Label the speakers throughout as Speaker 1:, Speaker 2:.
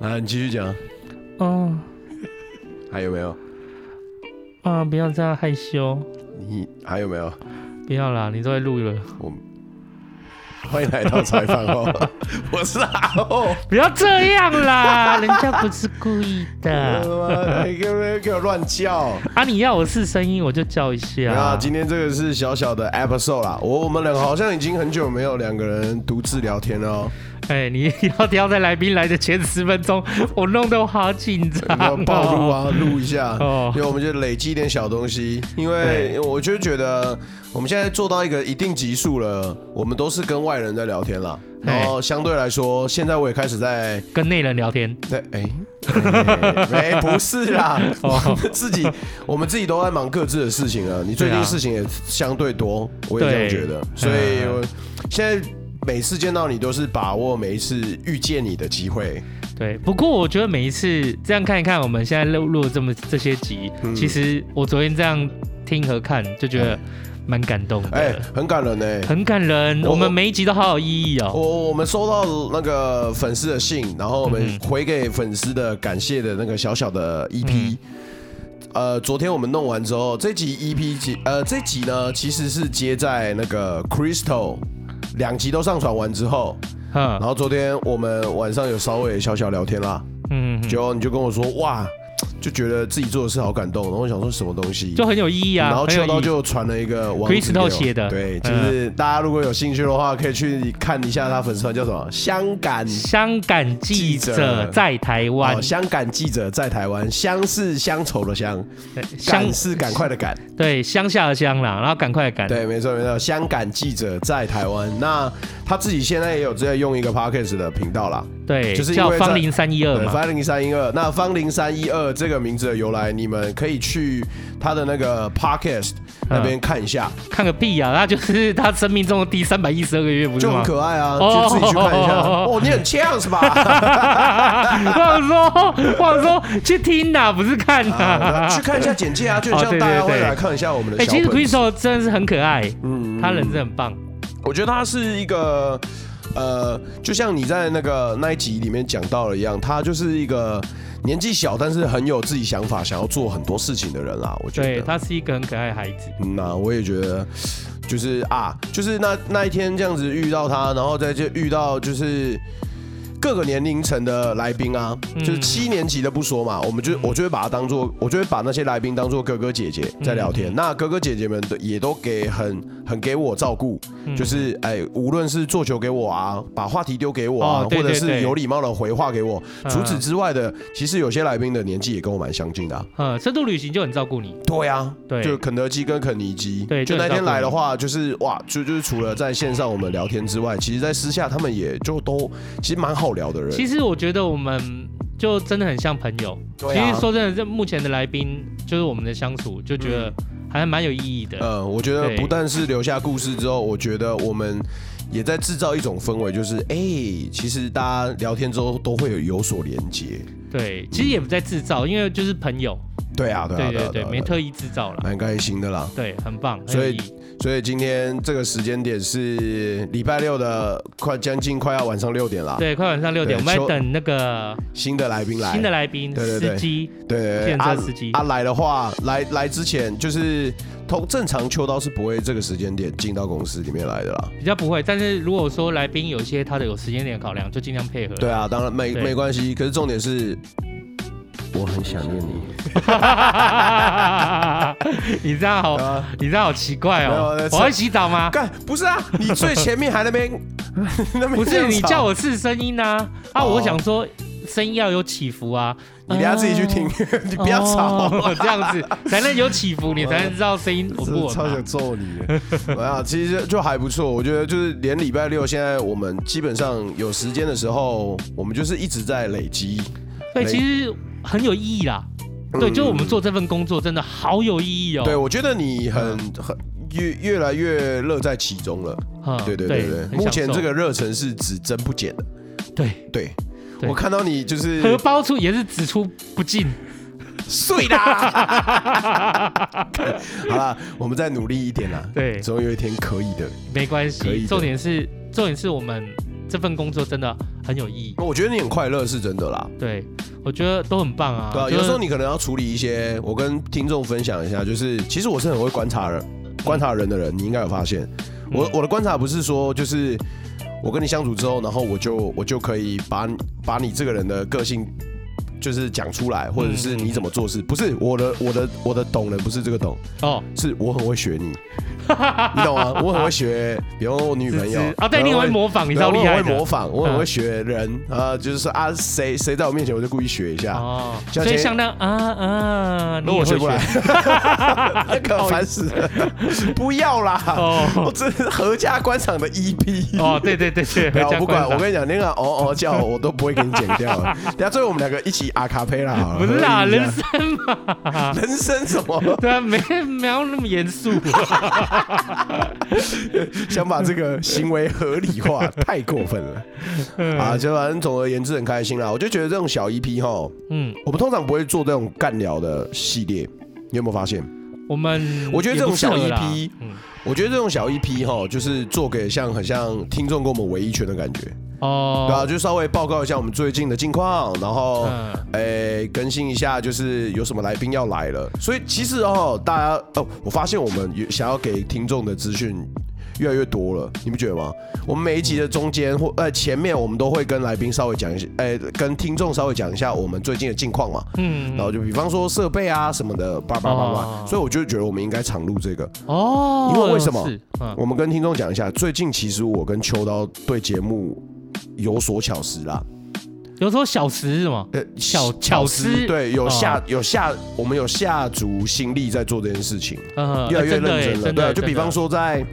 Speaker 1: 啊，你继续讲，
Speaker 2: 哦
Speaker 1: 还有没有？
Speaker 2: 啊，不要这样害羞，
Speaker 1: 你还有没有？
Speaker 2: 不要啦，你都在录了，
Speaker 1: 我欢迎来到采访哦， 我是阿 后。
Speaker 2: 不要这样啦， 人家不是故意 的
Speaker 1: 我他妈，你给我哎给我乱叫！
Speaker 2: 啊！你要我试声音，我就叫一下。
Speaker 1: 啊，今天这个是小小的 episode 啦，我我们两个好像已经很久没有两个人独自聊天了哦，
Speaker 2: 哎、你要挑在来宾来的前十分钟， 我弄得我好紧张、
Speaker 1: 要
Speaker 2: 哦。
Speaker 1: 暴露啊，录一下，
Speaker 2: 哦
Speaker 1: 因为我们就累积一点小东西，因为我就觉得我们现在做到一个一定级数了，我们都是跟外人在聊天啦，
Speaker 2: 哎
Speaker 1: 然后相对来说，现在我也开始在
Speaker 2: 跟内人聊天，
Speaker 1: 对，哎、哎、哎不是啦，
Speaker 2: 哦
Speaker 1: 我们 自己我们自己都在忙各自的事情了。你最
Speaker 2: 对
Speaker 1: 近
Speaker 2: 啊
Speaker 1: 事情也相对多，我也这样
Speaker 2: 对嗯
Speaker 1: 觉得，所以我现在每次见到你都是把握每一次遇见你的机会。
Speaker 2: 对。不过我觉得每一次这样看一看，我们现在录录了这么这些集，
Speaker 1: 嗯
Speaker 2: 其实我昨天这样听和看，就觉得蛮感动的，
Speaker 1: 哎、很感人呢、
Speaker 2: 很感人。
Speaker 1: 我
Speaker 2: 我们每一集都好有意义哦。
Speaker 1: 我我们收到那个粉丝的信，然后我们
Speaker 2: 嗯
Speaker 1: 回给粉丝的感谢的那个小小的 EP。呃，昨天我们弄完之后，这集 EP 集呃这集呢其实是接在那个 Crystal 两集都上传完之后，
Speaker 2: 嗯
Speaker 1: 然后昨天我们晚上有稍微小小聊天啦，
Speaker 2: 嗯，嗯
Speaker 1: 结果你就跟我说哇，就觉得自己做的事好感动，然后我想说什么东西，
Speaker 2: 就很有意义啊。
Speaker 1: 嗯然后
Speaker 2: 很有
Speaker 1: 秋
Speaker 2: 意
Speaker 1: 刀
Speaker 2: 义
Speaker 1: 就传了一个网址
Speaker 2: Chris
Speaker 1: 给我
Speaker 2: Tao 写的嗯
Speaker 1: 对，就是大家如果有兴趣的话，可以去看一下他粉丝团叫什么，香港。
Speaker 2: 香港记者在台湾
Speaker 1: 哦，，香港记者在台湾，乡是乡愁的乡，
Speaker 2: 对呃乡
Speaker 1: 赶是赶快的赶，
Speaker 2: 对乡下的乡啦，然后赶快赶，
Speaker 1: 对，没错没错，香港记者在台湾。那他自己现在也有在用一个 podcast 的频道啦，
Speaker 2: 对，
Speaker 1: 就是因
Speaker 2: 叫
Speaker 1: 为在
Speaker 2: 芳龄三一二
Speaker 1: 对，
Speaker 2: 嘛，
Speaker 1: 方零三一二。那方零三一二这个名字的由来，你们可以去他的那个 podcast 那
Speaker 2: 嗯
Speaker 1: 边看一下，
Speaker 2: 看个屁呀、啊！那就是他生命中的第三百一十二个月，不是
Speaker 1: 就很
Speaker 2: 吗？
Speaker 1: 可爱啊，
Speaker 2: 哦
Speaker 1: 就自己去看一下。
Speaker 2: 哦
Speaker 1: 哦，你很呛是吧？
Speaker 2: 我说，我说去听呐、不是看呐、
Speaker 1: 啊去看一下简介 啊，就很
Speaker 2: 哦
Speaker 1: 像
Speaker 2: 对
Speaker 1: 大家会
Speaker 2: 对对
Speaker 1: 来看一下我们的
Speaker 2: 哎、
Speaker 1: 小
Speaker 2: 其实
Speaker 1: 本子。
Speaker 2: Crystal 真的是很可爱，
Speaker 1: 嗯
Speaker 2: 他人真的很棒。
Speaker 1: 我觉得他是一个，呃，就像你在那个那一集里面讲到了一样，他就是一个年纪小，但是很有自己想法，想要做很多事情的人啦。我觉
Speaker 2: 对
Speaker 1: 得，
Speaker 2: 他是一个很可爱的孩子，
Speaker 1: 嗯那、我也觉得。就是啊，就是那那一天这样子遇到他，然后再就遇到就是各个年龄层的来宾啊，
Speaker 2: 嗯
Speaker 1: 就是七年级的不说嘛，我们就我就会把他当做，我就会把那些来宾当做哥哥姐姐在聊
Speaker 2: 嗯
Speaker 1: 天。那哥哥姐姐们都也都给很很给我照顾，
Speaker 2: 嗯
Speaker 1: 就是哎，无论是做球给我啊，把话题丢给我啊，
Speaker 2: 哦对
Speaker 1: 或者
Speaker 2: 对
Speaker 1: 是
Speaker 2: 对
Speaker 1: 有礼貌的回话给我。
Speaker 2: 嗯
Speaker 1: 除此之外的，其实有些来宾的年纪也跟我蛮相近的、啊。
Speaker 2: 嗯，深度旅行就很照顾你，
Speaker 1: 对啊，
Speaker 2: 对
Speaker 1: 就肯德基跟肯尼基，
Speaker 2: 对
Speaker 1: 就
Speaker 2: 就
Speaker 1: 那
Speaker 2: 很照
Speaker 1: 天
Speaker 2: 顾
Speaker 1: 来的话，就是哇，就就是除了在线上我们聊天之外，其实在私下他们也就都其实蛮好聊的人。
Speaker 2: 其实我觉得我们就真的很像朋友。
Speaker 1: 对啊
Speaker 2: 其实说真的，这目前的来宾就是我们的相处，就觉得还蛮有意义的。
Speaker 1: 嗯呃，我觉得
Speaker 2: 对
Speaker 1: 不但是留下故事之后，我觉得我们也在制造一种氛围，就是哎、其实大家聊天之后都会有有所连接。
Speaker 2: 对，其实也不在制造，因为就是朋友。
Speaker 1: 对啊，对啊，
Speaker 2: 对
Speaker 1: 对
Speaker 2: 对
Speaker 1: 啊，
Speaker 2: 对，
Speaker 1: 啊
Speaker 2: 没
Speaker 1: 啊
Speaker 2: 特意制造了。
Speaker 1: 蛮开心的啦。
Speaker 2: 对，很棒，很
Speaker 1: 所
Speaker 2: 有
Speaker 1: 以
Speaker 2: 意义。
Speaker 1: 所以今天这个时间点是礼拜六的快将近快要晚上六点啦。
Speaker 2: 对，快晚上六点，
Speaker 1: 对
Speaker 2: 我们
Speaker 1: 秋
Speaker 2: 在等那个
Speaker 1: 新的来宾来，
Speaker 2: 新的来宾
Speaker 1: 对对对
Speaker 2: 司机。
Speaker 1: 对对对
Speaker 2: 计程
Speaker 1: 啊
Speaker 2: 车司机
Speaker 1: 啊来的话，来来之前就是通正常秋刀是不会这个时间点进到公司里面来的啦。
Speaker 2: 比较不会，但是如果说来宾有一些他的有时间点考量，就尽量配合。
Speaker 1: 对啊，当然没
Speaker 2: 对
Speaker 1: 没关系，可是重点是。我很想念你，
Speaker 2: 你这样好，
Speaker 1: 啊
Speaker 2: 你这样好奇怪
Speaker 1: 没有
Speaker 2: 哦
Speaker 1: 那。是
Speaker 2: 我要洗澡吗？
Speaker 1: 干不是啊？你最前面还那边， 那边
Speaker 2: 不
Speaker 1: 这
Speaker 2: 是，
Speaker 1: 样
Speaker 2: 你
Speaker 1: 吵
Speaker 2: 叫，我试声音呐、啊。
Speaker 1: 哦
Speaker 2: 我想说声音要有起伏啊。
Speaker 1: 你等下自己去听
Speaker 2: 哦，
Speaker 1: 你不要吵。
Speaker 2: 哦 这样子才能有起伏，你才能知道声音
Speaker 1: 我
Speaker 2: 稳不稳
Speaker 1: 超
Speaker 2: 嘛。
Speaker 1: 想揍你的。没有，其实就还不错。我觉得就是连礼拜六，现在我们基本上有时间的时候，我们就是一直在累积。
Speaker 2: 对，
Speaker 1: 没
Speaker 2: 其实很有意义啦。对，
Speaker 1: 嗯
Speaker 2: 就我们做这份工作真的好有意义哦。
Speaker 1: 对，我觉得你很很越越来越乐在其中了。
Speaker 2: 嗯，
Speaker 1: 对对对
Speaker 2: 对
Speaker 1: 对，
Speaker 2: 很享
Speaker 1: 目前
Speaker 2: 受
Speaker 1: 这个热忱是只增不减的。
Speaker 2: 对
Speaker 1: 对。
Speaker 2: 对
Speaker 1: 我看到你就是
Speaker 2: 荷包处也是只出不进。
Speaker 1: 碎啦， 好啦，我们再努力一点啦，
Speaker 2: 对，
Speaker 1: 总有一天可以的。
Speaker 2: 没关
Speaker 1: 可以
Speaker 2: 系。
Speaker 1: 的
Speaker 2: 重点是，重点是我们这份工作真的很有意义。
Speaker 1: 我觉得你很快乐是真的啦，
Speaker 2: 对，我觉得都很棒啊。
Speaker 1: 对啊，
Speaker 2: 就是
Speaker 1: 有时候你可能要处理一些，我跟听众分享一下，就是其实我是很会观察人、观察人的人，你应该有发现。
Speaker 2: 嗯
Speaker 1: 我我的观察不是说就是我跟你相处之后，然后我就我就可以把你把你这个人的个性就是讲出来，或者
Speaker 2: 嗯
Speaker 1: 是你怎么做事，不是我的我的我的懂人不是这个懂，
Speaker 2: 哦，
Speaker 1: 是我很会学 你，你懂吗？我很会学，比方说我女朋友
Speaker 2: 是啊，对，你很会模仿，你
Speaker 1: 对
Speaker 2: 超厉害
Speaker 1: 我很会
Speaker 2: 的嗯
Speaker 1: 模。仿，我很会学人啊，就是说啊，谁谁在我面前，我就故意学一下。
Speaker 2: 哦，
Speaker 1: 像
Speaker 2: 所以
Speaker 1: 前
Speaker 2: 像那啊啊，你
Speaker 1: 如果
Speaker 2: 也
Speaker 1: 我学
Speaker 2: 会
Speaker 1: 不来， 那个烦死了！ 不要啦，我
Speaker 2: 哦
Speaker 1: 这是合家观赏的 E EP。
Speaker 2: 哦，对对对对，
Speaker 1: 没有
Speaker 2: 合家
Speaker 1: 不
Speaker 2: 观
Speaker 1: 管，
Speaker 2: 赏
Speaker 1: 啊我跟你讲，那个嗷嗷叫，我都不会给你剪掉 了。等下最后我们两个一起阿卡贝拉，
Speaker 2: 不是啦，
Speaker 1: 合理一
Speaker 2: 人
Speaker 1: 下
Speaker 2: 生嘛，
Speaker 1: 人生什么？
Speaker 2: 对啊，没没有那么严 肃。
Speaker 1: 想把这个行为合理化，太过分了 啊！就反正总而言之很开心啦。我就觉得这种小 EP 哈，
Speaker 2: 嗯，
Speaker 1: 我们通常不会做这种干聊的系列，你有没有发现？
Speaker 2: 我们
Speaker 1: 我觉得这种小
Speaker 2: 也不适合啦
Speaker 1: EP
Speaker 2: 嗯，
Speaker 1: 我觉得这种小 EP 哈，就是做给像很像听众跟我们围一圈的感觉，对啊，
Speaker 2: 哦，
Speaker 1: 就稍微报告一下我们最近的近况，然后
Speaker 2: 嗯，
Speaker 1: 诶、更新一下，就是有什么来宾要来了。所以其实哦，大家哦，我发现我们有想要给听众的资讯越来越多了，你不觉得吗？我们每一集的中间或
Speaker 2: 嗯
Speaker 1: 呃前面，我们都会跟来宾稍微讲一些，诶、跟听众稍微讲一下我们最近的近况嘛。
Speaker 2: 嗯，
Speaker 1: 然后就比方说设备啊什么的，叭叭叭叭，
Speaker 2: 哦
Speaker 1: 所以我就觉得我们应该常录这个。
Speaker 2: 哦，
Speaker 1: 因为为什么
Speaker 2: 是？嗯，
Speaker 1: 我们跟听众讲一下，最近其实我跟秋刀对节目有所巧思啦，
Speaker 2: 有时候小时是吗？
Speaker 1: 呃，
Speaker 2: 巧巧思
Speaker 1: 对，有下、
Speaker 2: 哦
Speaker 1: 有下，我们有下足心力在做这件事情，
Speaker 2: 嗯，
Speaker 1: 越来
Speaker 2: 哎
Speaker 1: 越认
Speaker 2: 真的
Speaker 1: 真
Speaker 2: 耶
Speaker 1: 了，
Speaker 2: 真
Speaker 1: 对、啊，
Speaker 2: 的，
Speaker 1: 就比方说
Speaker 2: 说，
Speaker 1: 在。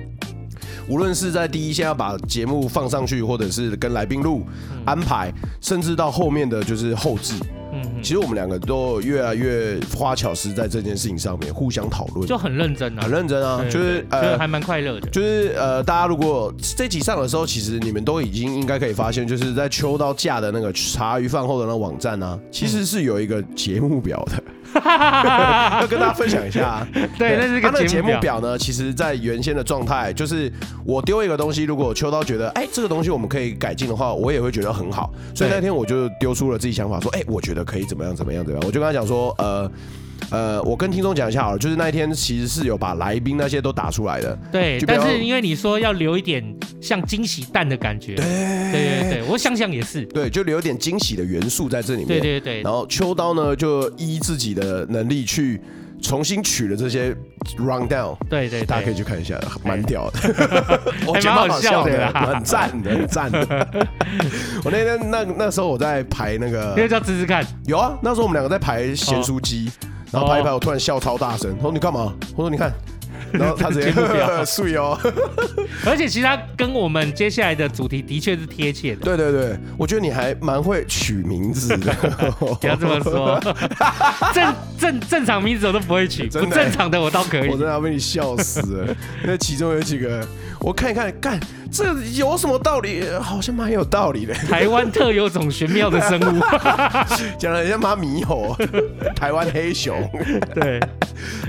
Speaker 1: 无论是在第一线要把节目放上去，或者是跟来宾录、安排，甚至到后面的就是后置，
Speaker 2: 嗯嗯，嗯
Speaker 1: 其实我们两个都越来越花巧思在这件事情上面，互相讨论，
Speaker 2: 就很认真啊，
Speaker 1: 很认真啊，
Speaker 2: 对
Speaker 1: 就是
Speaker 2: 对就
Speaker 1: 呃
Speaker 2: 还蛮快乐 的。
Speaker 1: 就是呃，大家如果这集上的时候，其实你们都已经应该可以发现，就是在秋到假的那个茶余饭后的那个网站啊，其实是有一个节目表的，要跟大家分享一下啊。
Speaker 2: 嗯 对，那是
Speaker 1: 它那
Speaker 2: 个
Speaker 1: 个节
Speaker 2: 目
Speaker 1: 目表呢，其实在原先的状态，就是我丢一个东西，如果秋刀觉得哎、这个东西我们可以改进的话，我也会觉得很好。所以
Speaker 2: 对
Speaker 1: 那天我就丢出了自己想法，说哎、我觉得可以怎么样怎么样怎么样。我就跟他讲说，呃呃，我跟听众讲一下好了，就是那一天其实是有把来宾那些都打出来的，
Speaker 2: 对
Speaker 1: 就，比
Speaker 2: 但
Speaker 1: 较
Speaker 2: 是因为你说要留一点像惊喜蛋的感觉，对对对，我想想也是，
Speaker 1: 对，就留点惊喜的元素在这里面。
Speaker 2: 对对对
Speaker 1: 然后秋刀呢，就依自己的能力去重新取了这些 round down。
Speaker 2: 对对，
Speaker 1: 大家可以
Speaker 2: 对
Speaker 1: 去看一下，蛮屌 的，我觉得蛮好笑的，
Speaker 2: 还蛮好笑的啊啦
Speaker 1: 很赞的，很赞 的。我那天那那时候我在排那个
Speaker 2: 因为，叫试试看，
Speaker 1: 有啊，那时候我们两个在排咸酥鸡，
Speaker 2: 哦
Speaker 1: 然后排一排，我突然笑超大声，他说你干嘛？我说你看，然后他直接
Speaker 2: 节目表
Speaker 1: 睡哦，
Speaker 2: 而且其实它跟我们接下来的主题的确是贴切的，
Speaker 1: 对对对，我觉得你还蛮会取名字的，
Speaker 2: 不要这么 说，正正正常名字我都不会取，
Speaker 1: 真的
Speaker 2: 不正常的我倒可以
Speaker 1: 我，真的要被你笑死 了。那其中有几个，我看一看，干这有什么道理？好像蛮有道理的，
Speaker 2: 台湾特有种玄妙的 生物，
Speaker 1: 讲的人家妈猕猴， 台湾黑熊，
Speaker 2: 对，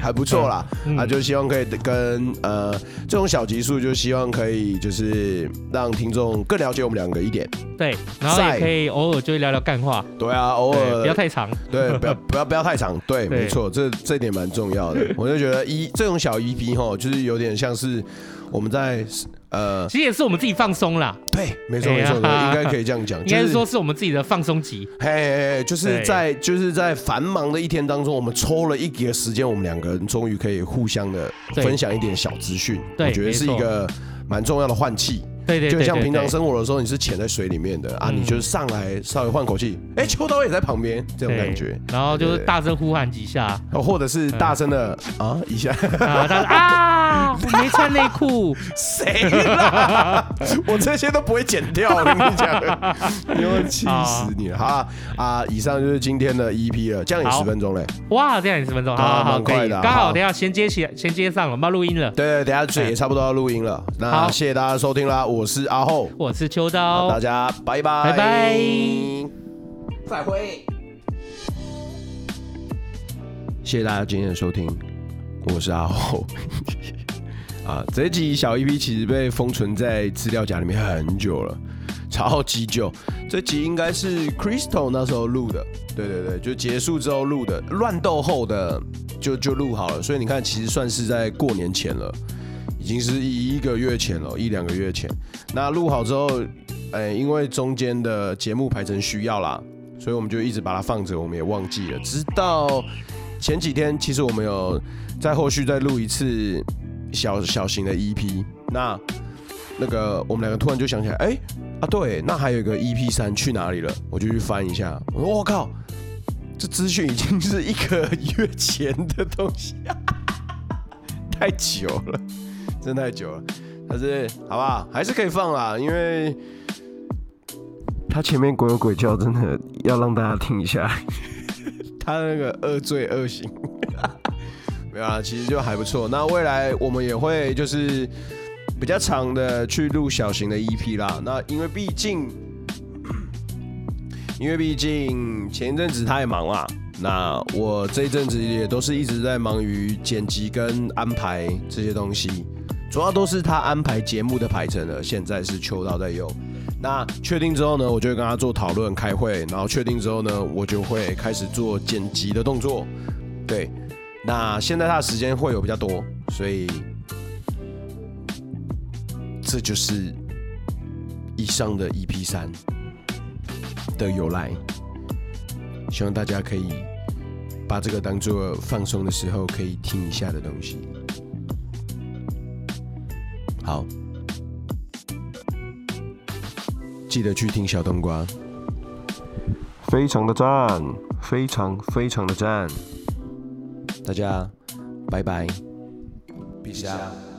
Speaker 1: 还不错啦。
Speaker 2: 嗯
Speaker 1: 啊，就希望可以跟呃这种小集数，就希望可以就是让听众更了解我们两个一点。
Speaker 2: 对，然后也可以偶尔就聊聊干话，
Speaker 1: 对啊，偶
Speaker 2: 对，
Speaker 1: 尔
Speaker 2: 不要太长，
Speaker 1: 对， 不要不要不要太长，对，
Speaker 2: 对
Speaker 1: 没错，这这点蛮重要的。我就觉得一这种小 EP 哈，就是有点像是我们在呃
Speaker 2: 其实也是我们自己放松啦，
Speaker 1: 对，没错
Speaker 2: 哎
Speaker 1: 没
Speaker 2: 呀
Speaker 1: 错，对应该可以这样讲。
Speaker 2: 应该
Speaker 1: 就是
Speaker 2: 说是我们自己的放松集，
Speaker 1: 嘿嘿，嘿就是
Speaker 2: 对
Speaker 1: 在就是在繁忙的一天当中，我们抽了一个时间，我们两个人终于可以互相的
Speaker 2: 对
Speaker 1: 分享一点小资讯，
Speaker 2: 对
Speaker 1: 我觉得是一个蛮重要的换气。
Speaker 2: 对对对，
Speaker 1: 就像
Speaker 2: 对
Speaker 1: 平常
Speaker 2: 对
Speaker 1: 生活的时候，你是潜在水里面的啊，
Speaker 2: 嗯
Speaker 1: 你就是上来稍微换口气，哎，秋刀也在旁边，这种
Speaker 2: 对
Speaker 1: 感觉。
Speaker 2: 然后就是
Speaker 1: 对
Speaker 2: 大声呼喊几 下啊，
Speaker 1: 哦，或者是大声的啊一下，
Speaker 2: 大声啊，我没穿内裤，
Speaker 1: 谁啦？我这些都不会剪掉，我跟你 讲，你会气死你了。好啊啊，以上就是今天的 EP 了，这样也
Speaker 2: 好
Speaker 1: 十分钟嘞。
Speaker 2: 哇，这样也十分钟，
Speaker 1: 对啊
Speaker 2: 好好好，
Speaker 1: 蛮
Speaker 2: 可
Speaker 1: 快
Speaker 2: 以，
Speaker 1: 的啊
Speaker 2: 刚
Speaker 1: 好
Speaker 2: 好等一下衔接起来，衔接上了，我们要录音了，
Speaker 1: 对，等一下这也差不多要录音了。那
Speaker 2: 好
Speaker 1: 谢谢大家收听啦，我是阿厚，
Speaker 2: 我是秋
Speaker 1: 好
Speaker 2: 刀
Speaker 1: 大，家拜拜，
Speaker 2: 拜拜
Speaker 1: 再会。谢谢大家今天的收听，我是阿 厚。E 啊，这一集小 EP 其实被封存在资料夹里面很久了，超级久。这集应该是 Crystal 那时候录的，对对对，就结束之后录的，乱斗后的就就录好了。所以你看，其实算是在过年前了，已经是一一个月前了，一两个月前。那录好之后，哎，因为中间的节目排程需要啦，所以我们就一直把它放着，我们也忘记了。直到前几天，其实我们有在后续再录一次小小型的 EP。那那个我们两个突然就想起来，哎、啊对，那还有一个 EP 三去哪里了？我就去翻一下，我说我靠，这资讯已经是一个月前的东西， 太久了，真太久了。但是好吧，还是可以放啦，因为
Speaker 3: 他前面鬼有鬼叫，真的要让大家听一下。
Speaker 1: 他那个恶罪恶行， 没有啊，其实就还不错。那未来我们也会就是比较长的去录小型的 EP 啦。那因为毕竟， 因为毕竟前一阵子太忙啦，那我这一阵子也都是一直在忙于剪辑跟安排这些东西，主要都是他安排节目的排程了。现在是秋刀在用。那确定之后呢，我就会跟他做讨论、开会，然后确定之后呢，我就会开始做剪辑的动作。对，那现在他的时间会有比较多，所以这就是以上的 EP 三的由来。希望大家可以把这个当做放松的时候可以听一下的东西。好，记得去听小冬瓜。
Speaker 3: 非常的赞，非常非常的赞。
Speaker 1: 大家拜拜，peace out。